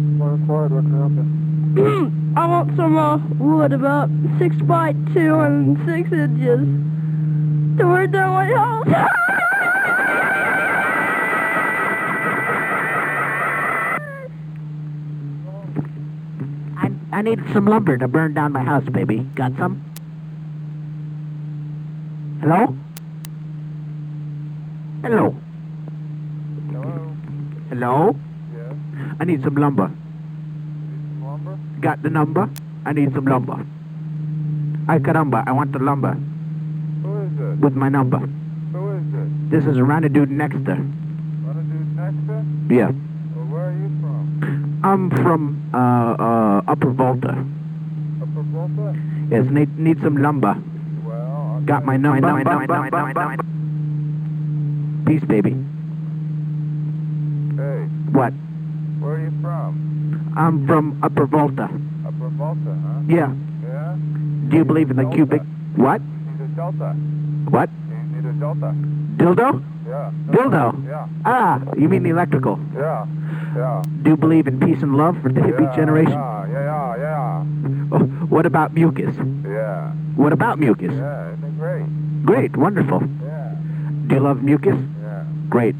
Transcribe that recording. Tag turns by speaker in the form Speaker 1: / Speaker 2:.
Speaker 1: forward, what can I help you?
Speaker 2: I want some uh, wood about six by two and six inches to work down my house.
Speaker 3: I, I need some lumber to burn down my house, baby. Got some? Hello? Hello?
Speaker 1: Hello?
Speaker 3: Hello?
Speaker 1: Yes?
Speaker 3: I need some lumber.
Speaker 1: Need some lumber?
Speaker 3: Got the number? I need some lumber. I caramba, I want the lumber
Speaker 1: Who is this?
Speaker 3: with my number.
Speaker 1: Who is this?
Speaker 3: This is Ranadude Nexter.
Speaker 1: Want to do Texas?
Speaker 3: Yeah.
Speaker 1: Well, where are you from?
Speaker 3: I'm from, uh, uh, Upper Volta.
Speaker 1: Upper Volta?
Speaker 3: Yes, need, need some lumber.
Speaker 1: Well, okay.
Speaker 3: Got my number. Peace, baby.
Speaker 1: Hey,
Speaker 3: What?
Speaker 1: where are you from?
Speaker 3: I'm from Upper Volta.
Speaker 1: Upper Volta, huh?
Speaker 3: Yeah.
Speaker 1: Yeah?
Speaker 3: Do you believe in the cubic? What?
Speaker 1: Need a delta.
Speaker 3: What?
Speaker 1: You need a delta.
Speaker 3: Dildo?
Speaker 1: Yeah.
Speaker 3: Dildo?
Speaker 1: Yeah.
Speaker 3: Ah, you mean the electrical.
Speaker 1: Yeah. Yeah.
Speaker 3: Do you believe in peace and love for the hippie
Speaker 1: yeah,
Speaker 3: generation?
Speaker 1: Yeah, yeah, yeah,
Speaker 3: Oh, what about mucus?
Speaker 1: yeah.
Speaker 3: What about mucus?
Speaker 1: Yeah, yeah, isn't it great?
Speaker 3: Great, wonderful.
Speaker 1: Yeah,
Speaker 3: Do you love mucus?
Speaker 1: yeah.
Speaker 3: Great.